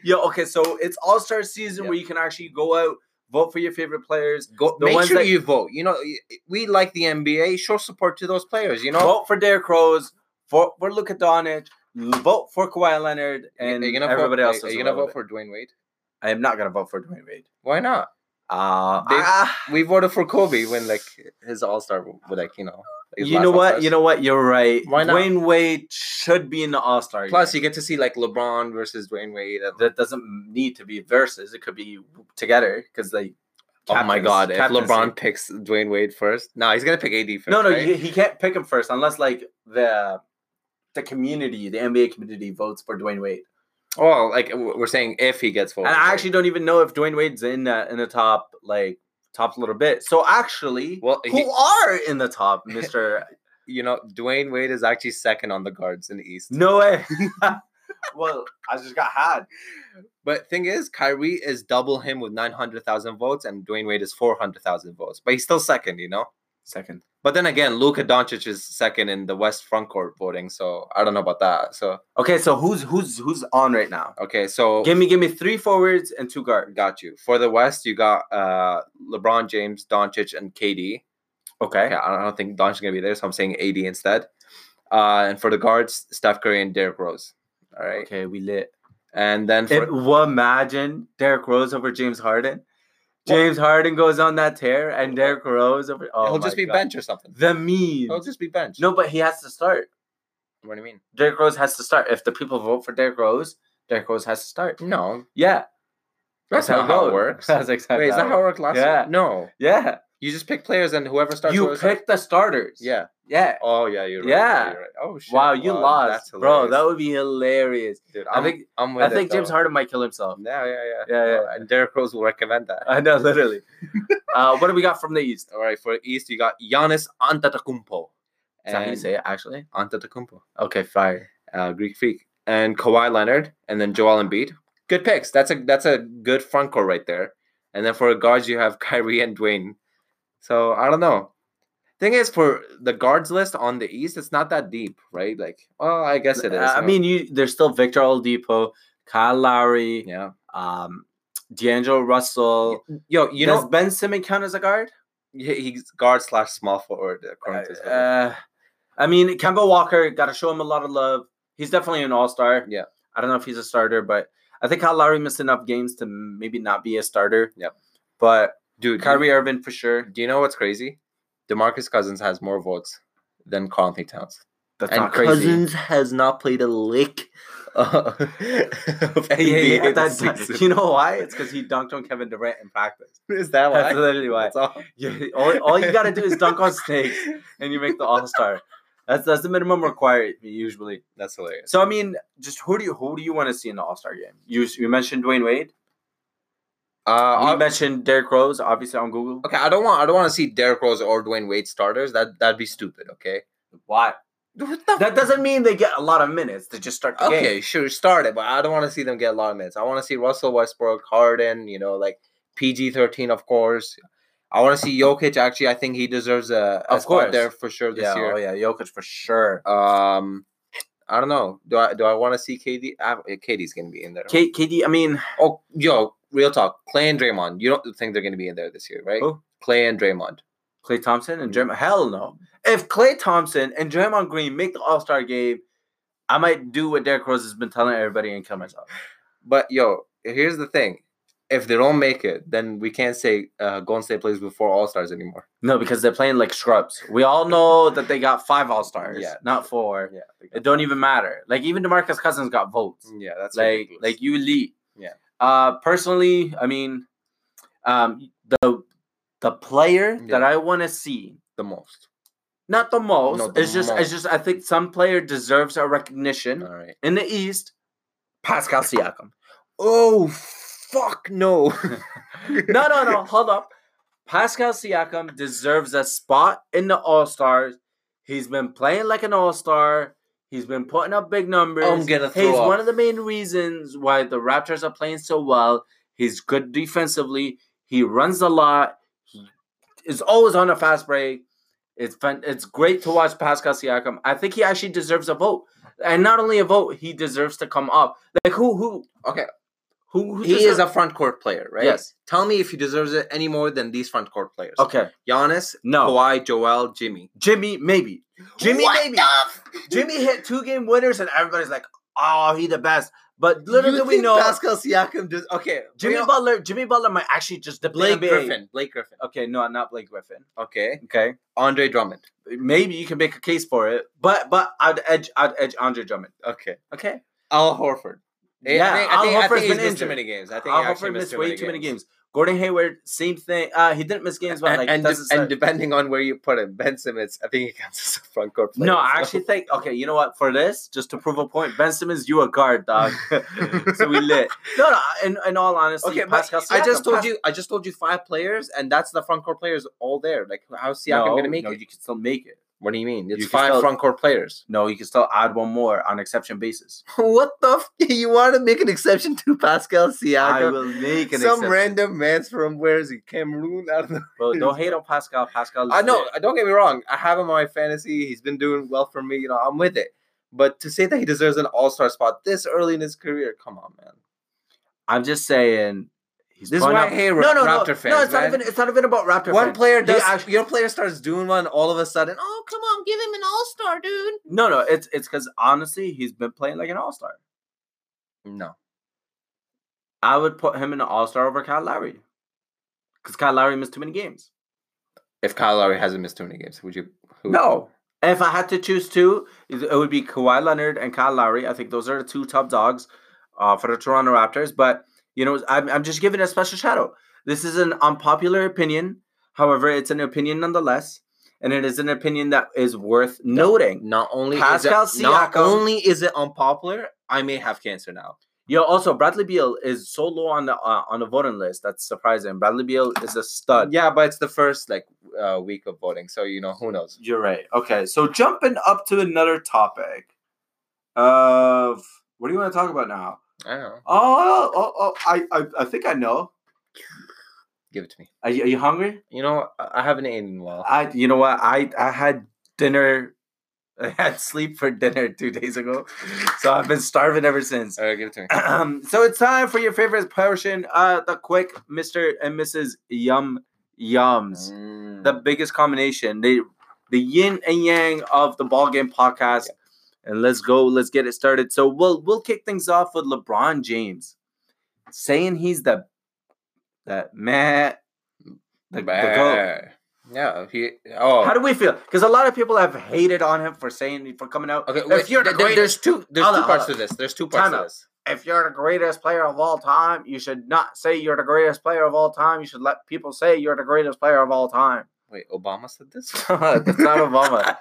Speaker 1: Yo, okay, so it's All Star season
Speaker 3: Yeah.
Speaker 1: where you can actually go out, vote for your favorite players,
Speaker 3: Go
Speaker 1: The
Speaker 3: make
Speaker 1: ones
Speaker 3: sure
Speaker 1: that-
Speaker 3: you vote. You know y- we like the NBA. Show support to those players. You know.
Speaker 1: vote for Derrick Rose, vote for Luka Doncic, vote for Kawhi Leonard, and
Speaker 3: are you gonna
Speaker 1: everybody
Speaker 3: vote,
Speaker 1: else.
Speaker 3: Are
Speaker 1: is
Speaker 3: you gonna
Speaker 1: irrelevant.
Speaker 3: vote for Dwayne Wade?
Speaker 1: I am not gonna vote for Dwayne Wade.
Speaker 3: Why not?
Speaker 1: Uh,
Speaker 3: They-
Speaker 1: ah,
Speaker 3: We voted for Kobe when like his All Star, like you know, his
Speaker 1: [laughs] You
Speaker 3: last
Speaker 1: know what?
Speaker 3: All-Stars.
Speaker 1: You know what? You're right.
Speaker 3: Why not?
Speaker 1: Dwayne Wade should be in the All Star.
Speaker 3: Plus, you get to see like LeBron versus Dwayne Wade. and-
Speaker 1: that doesn't need to be versus. It could be together because they.
Speaker 3: oh my
Speaker 1: captains-
Speaker 3: God! If
Speaker 1: captaincy.
Speaker 3: LeBron picks Dwayne Wade first, no, he's gonna pick AD first.
Speaker 1: No, no,
Speaker 3: right?
Speaker 1: he, he can't pick him first unless like the the community, the NBA community, votes for Dwayne Wade.
Speaker 3: Well, Oh, like w- we're saying, if he gets voted,
Speaker 1: And
Speaker 3: right?
Speaker 1: I actually don't even know if Dwayne Wade's in the, in the top like top little bit. So actually,
Speaker 3: Well,
Speaker 1: who
Speaker 3: he-
Speaker 1: are in the [laughs] top, Mister?
Speaker 3: you know, Dwayne Wade is actually second on the guards in the East.
Speaker 1: no [laughs] way. well, I just got had.
Speaker 3: But thing is, Kyrie is double him with nine hundred thousand votes, and Dwayne Wade is four hundred thousand votes. But he's still second, you know.
Speaker 1: Second.
Speaker 3: But then again, Luka Doncic is second in the West front court voting, so I don't know about that. So
Speaker 1: Okay, so who's who's who's on right now?
Speaker 3: okay, so
Speaker 1: Give me give me three forwards and two guards.
Speaker 3: got you for the West. You got uh LeBron James, Doncic, and KD.
Speaker 1: Okay.
Speaker 3: Okay, I don't- I don't think Doncic's gonna be there, so I'm saying AD instead. Uh, and for the guards, Steph Curry and Derrick Rose. All right,
Speaker 1: Okay, we lit.
Speaker 3: and then for,
Speaker 1: It, well, imagine Derrick Rose over James Harden. James Harden goes on that tear, and Derrick Rose over. Oh
Speaker 3: he'll just
Speaker 1: my
Speaker 3: be
Speaker 1: God.
Speaker 3: bench or something.
Speaker 1: The meme.
Speaker 3: He'll just be bench.
Speaker 1: No, but he has to start.
Speaker 3: what do you mean?
Speaker 1: Derrick Rose has to start. If the people vote for Derrick Rose, Derrick Rose has to start.
Speaker 3: No,
Speaker 1: Yeah,
Speaker 3: Mm. [laughs] that's, not how it works.
Speaker 1: [laughs] That's exactly.
Speaker 3: Wait, is that how it worked last? year?
Speaker 1: Yeah.
Speaker 3: No,
Speaker 1: Yeah,
Speaker 3: you just pick players and whoever starts.
Speaker 1: you
Speaker 3: whoever starts-
Speaker 1: pick the starters.
Speaker 3: Yeah.
Speaker 1: Yeah.
Speaker 3: Oh yeah, you're right.
Speaker 1: Yeah.
Speaker 3: you're right. Oh shit.
Speaker 1: Wow, you
Speaker 3: Wow,
Speaker 1: lost,
Speaker 3: that's
Speaker 1: bro. That
Speaker 3: hilarious.
Speaker 1: would be hilarious.
Speaker 3: Dude,
Speaker 1: I
Speaker 3: I'm,
Speaker 1: think-
Speaker 3: I'm with
Speaker 1: I think
Speaker 3: it,
Speaker 1: James
Speaker 3: though.
Speaker 1: Harden might kill himself.
Speaker 3: Yeah, yeah, yeah,
Speaker 1: Yeah, yeah.
Speaker 3: Oh, And Derrick Rose will recommend [laughs] that.
Speaker 1: [laughs] I know, literally. uh, what do we got from the East?
Speaker 3: All right, for East you got Giannis Antetokounmpo.
Speaker 1: Is that how you
Speaker 3: And-
Speaker 1: say it, actually?
Speaker 3: Antetokounmpo,
Speaker 1: Okay, fire.
Speaker 3: uh, Greek freak, and Kawhi Leonard, and then Joel Embiid. Good picks. That's a that's a good front court right there. And then for guards, you have [laughs] Kyrie and Dwayne. So I don't know. Thing is, for the guards list on the East, it's not that deep, right? Like, well, I guess it is.
Speaker 1: Uh, I
Speaker 3: huh?
Speaker 1: mean, you there's still Victor Oladipo, Kyle Lowry,
Speaker 3: yeah.
Speaker 1: um, D'Angelo Russell.
Speaker 3: Yo, you
Speaker 1: Does
Speaker 3: know,
Speaker 1: Ben Simmons count as a guard?
Speaker 3: he- he's guard slash small forward according to his video.
Speaker 1: Uh, I mean, Kemba Walker got to show him a lot of love. He's definitely an All Star.
Speaker 3: Yeah.
Speaker 1: I don't know if he's a starter, but I think Kyle Lowry missed enough games to maybe not be a starter.
Speaker 3: Yep.
Speaker 1: But
Speaker 3: dude.
Speaker 1: Kyrie
Speaker 3: Kyrie,
Speaker 1: Irving for sure.
Speaker 3: do you know what's crazy? Demarcus Cousins has more votes than Karl Anthony Towns.
Speaker 1: That's
Speaker 3: and
Speaker 1: not crazy.
Speaker 3: [laughs] Cousins has not played a lick of NBA
Speaker 1: Hey, hey, hey,
Speaker 3: this
Speaker 1: that's-
Speaker 3: season.
Speaker 1: [laughs] you know why? It's because he dunked on Kevin Durant in practice.
Speaker 3: is that why?
Speaker 1: That's literally why.
Speaker 3: That's all.
Speaker 1: Yeah, all, all you gotta do is dunk
Speaker 3: [laughs]
Speaker 1: on snakes, and you make the All Star. That's that's the minimum required usually.
Speaker 3: That's hilarious.
Speaker 1: So I mean, just who do you who do you want to see in the All Star game? You you mentioned Dwayne Wade.
Speaker 3: Uh,
Speaker 1: You
Speaker 3: I-
Speaker 1: mentioned Derrick Rose, obviously on Google.
Speaker 3: okay, I don't want. I don't want to see Derrick Rose or Dwayne Wade starters. That that'd be stupid. Okay.
Speaker 1: Why?
Speaker 3: What
Speaker 1: That doesn't mean they get a lot of minutes. They just start the
Speaker 3: Okay,
Speaker 1: game.
Speaker 3: sure, start it, but I don't want to see them get a lot of minutes. I want to see Russell Westbrook, Harden, you know, like PG thirteen, of course. I want to see Jokic. Actually, I think he deserves a, a
Speaker 1: Of
Speaker 3: spot there
Speaker 1: course.
Speaker 3: for sure this
Speaker 1: yeah,
Speaker 3: year.
Speaker 1: oh yeah, Jokic for sure.
Speaker 3: Um, I don't know. Do I do I want to see KD? I, KD's gonna be in there.
Speaker 1: K- KD, I mean,
Speaker 3: oh, yo, real talk. Clay and Draymond. You don't think they're gonna be in there this year, right?
Speaker 1: Who?
Speaker 3: Clay and Draymond.
Speaker 1: Clay Thompson and Draymond. Hell no. If Clay Thompson and Draymond Green make the All Star game, I might do what Derrick Rose has been telling everybody and kill myself.
Speaker 3: But yo, here's the thing. If they don't make it, then we can't say uh, Golden State plays before All Stars anymore.
Speaker 1: No, because they're playing like scrubs. We all know that they got five All Stars,
Speaker 3: Yeah.
Speaker 1: not four.
Speaker 3: Yeah,
Speaker 1: It don't even matter. Like even Demarcus Cousins got votes.
Speaker 3: yeah, Mm, that's
Speaker 1: like
Speaker 3: ridiculous.
Speaker 1: like you elite.
Speaker 3: Yeah.
Speaker 1: Uh, personally, I mean, um, the the player that
Speaker 3: Yeah.
Speaker 1: I want to see,
Speaker 3: the most.
Speaker 1: not the most.
Speaker 3: the
Speaker 1: it's just it's
Speaker 3: most.
Speaker 1: just I think some player deserves a recognition
Speaker 3: All right.
Speaker 1: in the East. Pascal Siakam.
Speaker 3: Oh fuck
Speaker 1: [laughs]
Speaker 3: no. [laughs]
Speaker 1: No, no, no. Hold up. Pascal Siakam deserves a spot in the All Stars. He's been playing like an All Star. He's been putting up big numbers.
Speaker 3: I'm gonna throw
Speaker 1: He's
Speaker 3: up.
Speaker 1: one of the main reasons why the Raptors are playing so well. He's good defensively. He runs a lot. He is always on a fast break. It's fun. It's great to watch Pascal Siakam. I think he actually deserves a vote, and not only a vote, he deserves to come up. Like who? Who?
Speaker 3: Okay.
Speaker 1: Who? who
Speaker 3: He is
Speaker 1: deserves-
Speaker 3: a front court player, right?
Speaker 1: Yes.
Speaker 3: Tell me if he deserves it any more than these front court players.
Speaker 1: Okay.
Speaker 3: Giannis,
Speaker 1: No.
Speaker 3: Kawhi, Joel, Jimmy.
Speaker 1: Jimmy, maybe. Jimmy,
Speaker 3: What
Speaker 1: maybe. Jimmy hit two game winners, and everybody's like, oh, he the best. But little
Speaker 3: You
Speaker 1: did we
Speaker 3: think
Speaker 1: know,
Speaker 3: Pascal Siakam does okay.
Speaker 1: Jimmy
Speaker 3: we all-
Speaker 1: Butler, Jimmy Butler might actually just dip in
Speaker 3: Blake
Speaker 1: NBA.
Speaker 3: Griffin. Blake Griffin.
Speaker 1: Okay, no, not Blake Griffin.
Speaker 3: Okay.
Speaker 1: Okay,
Speaker 3: Andre Drummond.
Speaker 1: maybe you can make a case for it, but but I'd edge, I'd edge Andre Drummond.
Speaker 3: Okay.
Speaker 1: Okay,
Speaker 3: Al Horford.
Speaker 1: Yeah,
Speaker 3: I think,
Speaker 1: Al
Speaker 3: I think, I
Speaker 1: Horford's
Speaker 3: think he's
Speaker 1: been
Speaker 3: missed too
Speaker 1: injured.
Speaker 3: many games. I think
Speaker 1: Al
Speaker 3: he actually
Speaker 1: Horford
Speaker 3: missed,
Speaker 1: missed way too many games. Gordon Hayward, same thing. Uh, he didn't miss games, but
Speaker 3: And,
Speaker 1: like
Speaker 3: and,
Speaker 1: doesn't
Speaker 3: de- and
Speaker 1: start.
Speaker 3: depending on where you put him, Ben Simmons, I think he counts as a front court player.
Speaker 1: No,
Speaker 3: so-
Speaker 1: I
Speaker 3: [laughs]
Speaker 1: actually think okay. You know what? For this, just to prove a point, Ben Simmons, you a guard,
Speaker 3: [laughs]
Speaker 1: dog. [laughs] so we lit. No, no. In, in all honesty,
Speaker 3: Okay, but
Speaker 1: Pascal
Speaker 3: I just
Speaker 1: Siakam-
Speaker 3: told
Speaker 1: Pas-
Speaker 3: you. I just told you five players, and that's the front court players all there. Like, how's Siakam
Speaker 1: no,
Speaker 3: gonna make
Speaker 1: no,
Speaker 3: it?
Speaker 1: you can still make it.
Speaker 3: What do you mean? It's
Speaker 1: you can
Speaker 3: five
Speaker 1: still-
Speaker 3: front court players.
Speaker 1: No, you can still add one more on exception basis.
Speaker 3: what the? F- [laughs] you want to make an exception to Pascal Siakam?
Speaker 1: I will make an
Speaker 3: Some
Speaker 1: exception.
Speaker 3: random man's from where is he? Cameroon? [laughs] I don't know.
Speaker 1: Bro, don't hate on Pascal. Pascal. Is
Speaker 3: I know.
Speaker 1: lit.
Speaker 3: Don't get me wrong. I have him on my fantasy. He's been doing well for me. You know, I'm with it. But to say that he deserves an All Star spot this early in his career, come on, man.
Speaker 1: I'm just saying. He's
Speaker 3: This is
Speaker 1: pulling
Speaker 3: why
Speaker 1: up-
Speaker 3: I hate Ra-
Speaker 1: no, no,
Speaker 3: Raptor
Speaker 1: no,
Speaker 3: fans,
Speaker 1: No, it's
Speaker 3: man.
Speaker 1: not even. It's not even about Raptor.
Speaker 3: One
Speaker 1: fans.
Speaker 3: player
Speaker 1: They
Speaker 3: does.
Speaker 1: actually-
Speaker 3: your player starts doing one. All of a sudden, oh come on, give him an All Star, dude.
Speaker 1: no, no. It's it's because honestly, he's been playing like an all star.
Speaker 3: No,
Speaker 1: I would put him in an all star over Kyle Lowry. Because Kyle Lowry missed too many games.
Speaker 3: if Kyle Lowry hasn't missed too many games, would you? Who,
Speaker 1: No. And if I had to choose two, it it would be Kawhi Leonard and Kyle Lowry. I think those are the two top dogs uh, for the Toronto Raptors. But, you know, I'm, I'm just giving a special shout out. This is an unpopular opinion. However, it's an opinion nonetheless. And it is an opinion that is worth noting.
Speaker 3: Not only
Speaker 1: Pascal
Speaker 3: is it, not
Speaker 1: Siakam-
Speaker 3: only is it unpopular, I may have cancer now.
Speaker 1: Yo, also, Bradley Beal is so low on the uh, on the voting list. That's surprising. Bradley Beal is a stud.
Speaker 3: Uh, yeah, but it's the first like uh, week of voting, so you know who knows.
Speaker 1: You're right. Okay, so jumping up to another topic of what do you want to talk about now?
Speaker 3: I don't know.
Speaker 1: Oh, oh, oh I, I, I think I know.
Speaker 3: Give it to me.
Speaker 1: Are you, are you hungry?
Speaker 3: You know, I I haven't eaten in a while.
Speaker 1: I, you know what? I, I had dinner. [laughs] I had sleep for dinner two days ago, so I've been starving ever since. [clears throat]
Speaker 3: All right, Uh, give it to me.
Speaker 1: so it's time for your favorite portion, uh, the quick Mister and Mrs. Yum Yums. the
Speaker 3: Mm.
Speaker 1: biggest combination. They the yin and yang of the ball game podcast. And let's go, let's get it started. So we'll we'll kick things off with LeBron James saying he's the the man. The, the goat.
Speaker 3: Bah. Yeah, he. Oh,
Speaker 1: How do we feel? Because a lot of people have hated on him for saying for coming out.
Speaker 3: okay.
Speaker 1: if
Speaker 3: wait,
Speaker 1: you're the
Speaker 3: there- there- there's
Speaker 1: greatest,
Speaker 3: two. There's
Speaker 1: Hold
Speaker 3: two
Speaker 1: on,
Speaker 3: parts
Speaker 1: hold
Speaker 3: to
Speaker 1: on.
Speaker 3: this. There's two parts
Speaker 1: Time
Speaker 3: to
Speaker 1: out.
Speaker 3: this.
Speaker 1: if you're the greatest player of all time, you should not say you're the greatest player of all time. You should let people say you're the greatest player of all time. [laughs]
Speaker 3: Wait, Obama said [laughs] this.
Speaker 1: That's not
Speaker 3: [laughs]
Speaker 1: Obama.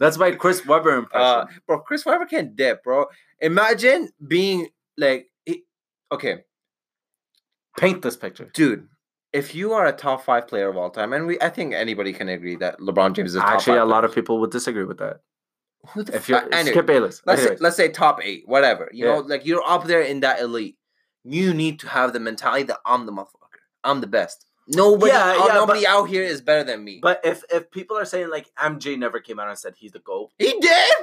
Speaker 1: That's my Chris Webber impression.
Speaker 3: Uh, bro, Chris Webber can dip, bro. Imagine being like, he- okay,
Speaker 1: Paint this picture.
Speaker 3: dude. If you are a top five player of all time, and we, I think anybody can agree that LeBron James is a top
Speaker 1: Actually,
Speaker 3: five
Speaker 1: a lot
Speaker 3: player.
Speaker 1: of people would disagree with that.
Speaker 3: Who the
Speaker 1: If
Speaker 3: fu-
Speaker 1: you're
Speaker 3: anyway,
Speaker 1: Skip Bayless,
Speaker 3: let's say,
Speaker 1: Anyways.
Speaker 3: let's say top eight, whatever. You
Speaker 1: Yeah.
Speaker 3: know, like you're up there in that elite. You need to have the mentality that I'm the motherfucker. I'm the best. Nobody,
Speaker 1: Yeah,
Speaker 3: out-
Speaker 1: yeah,
Speaker 3: nobody
Speaker 1: but-
Speaker 3: out here is better than me.
Speaker 1: but if if people are saying like MJ never came out and said he's the goat,
Speaker 3: he did.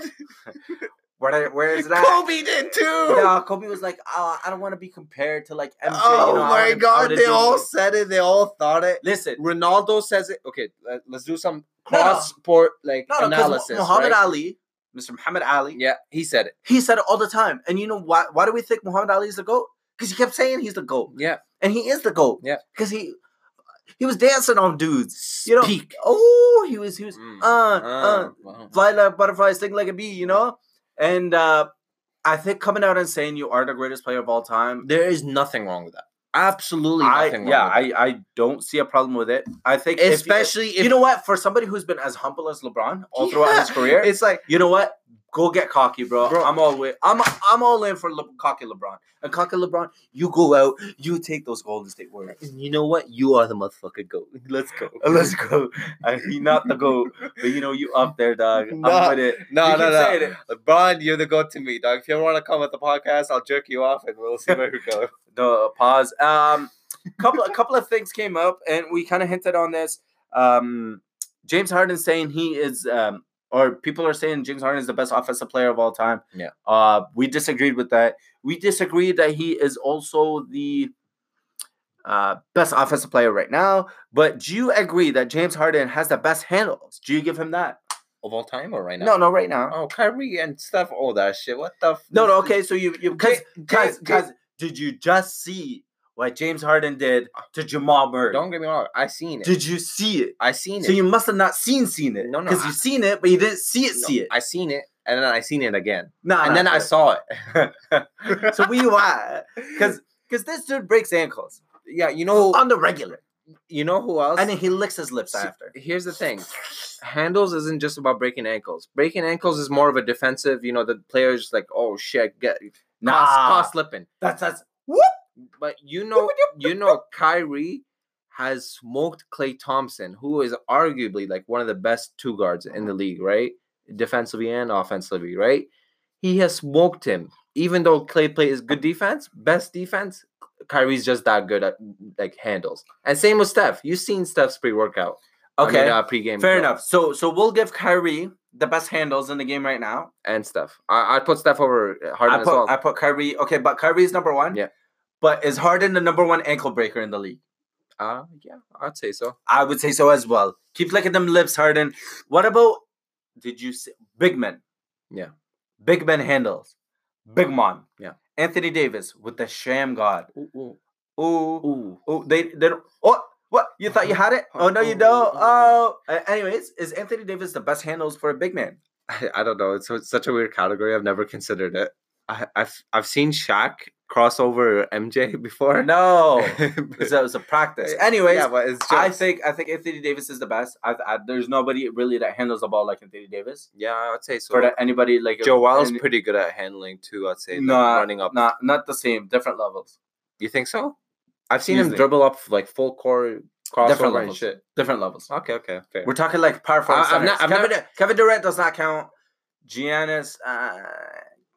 Speaker 1: where where
Speaker 3: [laughs]
Speaker 1: is that?
Speaker 3: Kobe did too.
Speaker 1: No, Kobe was like, oh, I don't want to be compared to like MJ. you
Speaker 3: oh
Speaker 1: know, I
Speaker 3: my
Speaker 1: wanna- I
Speaker 3: god,
Speaker 1: wanna
Speaker 3: they
Speaker 1: do
Speaker 3: all
Speaker 1: more."
Speaker 3: said it. They all thought it.
Speaker 1: listen.
Speaker 3: Ronaldo says it. Okay, let, us do some
Speaker 1: No, no.
Speaker 3: cross sport like
Speaker 1: No, no, 'cause
Speaker 3: analysis.
Speaker 1: Muhammad
Speaker 3: right?
Speaker 1: Ali, Mr. Muhammad Ali,
Speaker 3: Yeah, he said it.
Speaker 1: he said it all the time. And you know why? Why do we think Muhammad Ali is the goat? Because he kept saying he's the goat,
Speaker 3: Yeah,
Speaker 1: and he is the goat.
Speaker 3: Yeah.
Speaker 1: because he he was dancing on dudes. You know,
Speaker 3: Speak.
Speaker 1: oh, he was he was
Speaker 3: Mm.
Speaker 1: uh uh
Speaker 3: Uh, wow.
Speaker 1: fly like butterflies, sting like a bee, you know? And uh, I think coming out and saying you are the greatest player of all time.
Speaker 3: there is nothing wrong with that. Absolutely
Speaker 1: I,
Speaker 3: nothing wrong.
Speaker 1: yeah,
Speaker 3: with
Speaker 1: I, I don't see a problem with it. I think
Speaker 3: that.
Speaker 1: if you-
Speaker 3: especially if,
Speaker 1: you, know what, for somebody who's been as humble as LeBron all throughout his
Speaker 3: Yeah,
Speaker 1: career,
Speaker 3: It's like
Speaker 1: you know what? Go get cocky, bro.
Speaker 3: Bro.
Speaker 1: I'm all with, I'm I'm all in for Le- cocky LeBron. And cocky LeBron, you go out, you take those Golden State Warriors. [laughs]
Speaker 3: you know what? You are the motherfucker goat. [laughs] Let's go.
Speaker 1: Let's go. I he not the goat, but you know you up there, dog.
Speaker 3: Nah.
Speaker 1: I'm with it.
Speaker 3: No,
Speaker 1: You
Speaker 3: no,
Speaker 1: keep saying
Speaker 3: no.
Speaker 1: it.
Speaker 3: LeBron, you're the goat to me, dog. If you ever want to come at the podcast, I'll jerk you off and we'll see where we go.
Speaker 1: the uh, pause. Um, couple a couple of things came up, and we kind of hinted on this. Um, James Harden saying he is, um, or people are saying James Harden is the best offensive player of all time.
Speaker 3: Yeah.
Speaker 1: Uh, we disagreed with that. We disagreed that he is also the uh, best offensive player right now. But do you agree that James Harden has the best handles? Do you give him that?
Speaker 3: [laughs] of all time or right now?
Speaker 1: No, no, right now.
Speaker 3: Oh, Kyrie and Steph, all that shit. What the? F-
Speaker 1: No, no. Okay, so you you
Speaker 3: Cause,
Speaker 1: because guys, guys, did you just see what James Harden did to Jamal Murray?
Speaker 3: don't get me wrong. I seen it.
Speaker 1: Did you see it?
Speaker 3: I seen it.
Speaker 1: So you must have not seen seen it.
Speaker 3: No, no,
Speaker 1: Because
Speaker 3: I-
Speaker 1: you seen it, but you didn't see it.
Speaker 3: No,
Speaker 1: see it.
Speaker 3: I seen it, Ah, and then I seen it again,
Speaker 1: No,
Speaker 3: and
Speaker 1: no,
Speaker 3: then I
Speaker 1: no.
Speaker 3: saw it.
Speaker 1: [laughs] So we why? Because because this dude breaks ankles
Speaker 3: yeah, you know,
Speaker 1: on the regular,
Speaker 3: you know who else?
Speaker 1: and then he licks his lips
Speaker 3: So,
Speaker 1: after.
Speaker 3: Here's the thing. Handles isn't just about breaking ankles. Breaking ankles is more of a defensive, you know, the player's like, oh shit, get nah.
Speaker 1: Nah,
Speaker 3: slipping.
Speaker 1: that's that's whoop.
Speaker 3: But you
Speaker 1: [laughs]
Speaker 3: know you know Kyrie has smoked Clay Thompson, who is arguably like one of the best two guards in the league, right? Defensively and offensively, right? He has smoked him. Even though Clay plays good defense, best defense, Kyrie's just that good at like handles. And same with Steph. You've seen Steph's pre-workout. I mean,
Speaker 1: Okay,
Speaker 3: uh, pre-game.
Speaker 1: fair
Speaker 3: show.
Speaker 1: enough. So so we'll give Kyrie the best handles in the game right now.
Speaker 3: and stuff. I, I put Steph over Harden
Speaker 1: I
Speaker 3: as
Speaker 1: put
Speaker 3: well.
Speaker 1: I put Kyrie. Okay, but Kyrie's number one.
Speaker 3: Yeah.
Speaker 1: But is Harden the number one ankle breaker in the league?
Speaker 3: uh, yeah, I'd say so.
Speaker 1: I would say so as well. Keep licking them lips, Harden. What about? Did you see big men?
Speaker 3: Yeah.
Speaker 1: Big Ben handles. Big Mon.
Speaker 3: Yeah.
Speaker 1: Anthony Davis with the Sham God.
Speaker 3: Ooh,
Speaker 1: Ooh. Ooh. They they don't. Oh. What you thought you had it? Oh no, you
Speaker 3: [laughs] Oh,
Speaker 1: don't.
Speaker 3: oh.
Speaker 1: Oh, A- anyways, is Anthony Davis the best handles for a big man?
Speaker 3: I, [laughs] I don't know. It's, so- such a weird category. I've never considered it. I, I've I've seen Shaq cross over MJ [laughs] before. [laughs]
Speaker 1: No,
Speaker 3: But-
Speaker 1: so it's a practice. Anyways,
Speaker 3: yeah, but it's just,
Speaker 1: I think I think Anthony Davis is the best. I, I, there's nobody really that handles the ball like Anthony Davis.
Speaker 3: yeah, I'd say so.
Speaker 1: For the, anybody like
Speaker 3: uh, Joel's
Speaker 1: any-
Speaker 3: pretty good at handling too. I'd say like,
Speaker 1: Nah,
Speaker 3: running up.
Speaker 1: not not the same, different levels,
Speaker 3: You think so? I've seen him
Speaker 1: Easily.
Speaker 3: dribble up like full court
Speaker 1: different
Speaker 3: crossover and
Speaker 1: levels,
Speaker 3: shit.
Speaker 1: different levels.
Speaker 3: Okay, okay, okay.
Speaker 1: We're talking like power
Speaker 3: I-
Speaker 1: forward.
Speaker 3: I've
Speaker 1: centers.
Speaker 3: not- I've
Speaker 1: Kevin,
Speaker 3: never-
Speaker 1: Kevin Durant does not count. Giannis uh,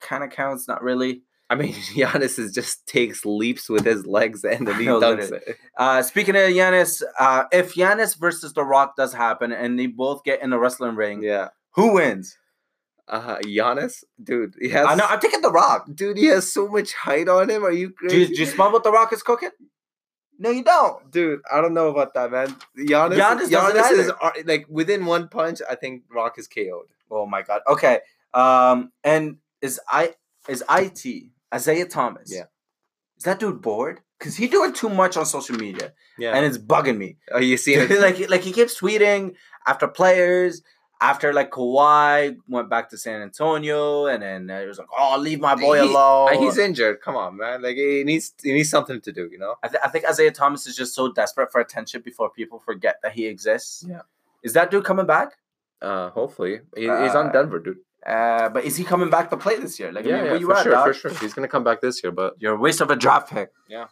Speaker 1: kind of counts, not really.
Speaker 3: I mean, [laughs] Giannis is just takes leaps with his legs [laughs] and then he
Speaker 1: No,
Speaker 3: dunks
Speaker 1: literally.
Speaker 3: it.
Speaker 1: Uh, speaking of Giannis, uh, if Giannis versus The Rock does happen and they both get in a wrestling ring,
Speaker 3: Yeah.
Speaker 1: who wins?
Speaker 3: Uh Giannis, dude, he has
Speaker 1: I know. I'm taking The Rock.
Speaker 3: [laughs] dude, he has so much height on him. Are you
Speaker 1: Do you,
Speaker 3: crazy?
Speaker 1: do
Speaker 3: [laughs]
Speaker 1: you smell what The Rock is cooking? No, you don't.
Speaker 3: dude, I don't know about that, man. Giannis,
Speaker 1: Giannis
Speaker 3: Giannis,
Speaker 1: doesn't
Speaker 3: is
Speaker 1: either.
Speaker 3: ar- like within one punch, I think Rock is KO'd.
Speaker 1: Oh my god. Okay. Um and is I is IT Isaiah Thomas.
Speaker 3: Yeah.
Speaker 1: Is that dude bored? Cuz he doing too much on social media
Speaker 3: Yeah.
Speaker 1: and it's bugging me.
Speaker 3: are you seeing [laughs]
Speaker 1: [laughs]
Speaker 3: it?
Speaker 1: like like he keeps tweeting after players after like Kawhi went back to San Antonio and then it was like, "Oh, leave my boy
Speaker 3: He-
Speaker 1: alone."
Speaker 3: Uh, he's injured. Come on, man. Like he needs he needs something to do, you know?
Speaker 1: I, th- I think Isaiah Thomas is just so desperate for attention before people forget that he exists.
Speaker 3: Yeah.
Speaker 1: Is that dude coming back?
Speaker 3: Uh hopefully. He, he's
Speaker 1: Uh,
Speaker 3: on Denver, dude.
Speaker 1: Uh, but is he coming back to play this year? Like, I mean,
Speaker 3: yeah,
Speaker 1: where
Speaker 3: yeah
Speaker 1: you
Speaker 3: for
Speaker 1: at,
Speaker 3: sure,
Speaker 1: dog?
Speaker 3: for sure. He's gonna come back this year, but
Speaker 1: You're a waste of a draft pick.
Speaker 3: Yeah.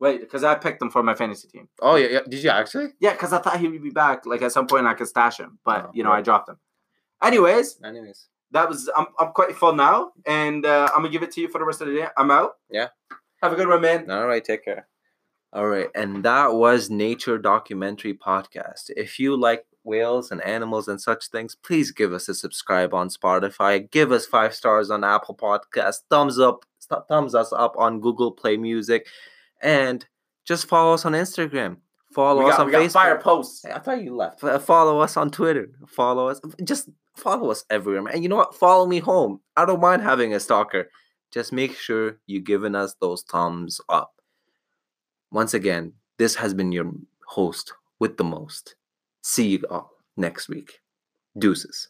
Speaker 1: Wait, because I picked him for my fantasy team.
Speaker 3: oh yeah, yeah. Did you actually?
Speaker 1: Yeah, because I thought he would be back. Like at some point, I could stash him, but
Speaker 3: Oh,
Speaker 1: you know, I
Speaker 3: right.
Speaker 1: dropped him. Anyways,
Speaker 3: Anyways.
Speaker 1: that was I'm, I'm quite full now, and uh, I'm gonna give it to you for the rest of the day. I'm out.
Speaker 3: Yeah.
Speaker 1: Have a good one, man.
Speaker 3: All right, take care. All right, and that was Nature Documentary Podcast. If you like whales and animals and such things, please give us a subscribe on Spotify. Give us five stars on Apple Podcasts. Thumbs up, th- thumbs us up on Google Play Music, and just follow us on Instagram. Follow
Speaker 1: we
Speaker 3: us
Speaker 1: got,
Speaker 3: on
Speaker 1: we got
Speaker 3: Facebook.
Speaker 1: fire posts.
Speaker 3: Hey, I thought you left. F- Follow us on Twitter. Follow us. Just follow us everywhere. man. And you know what? Follow me home. I don't mind having a stalker. Just make sure you're giving us those thumbs up. Once again, this has been your host with the most. See you all next week. Deuces.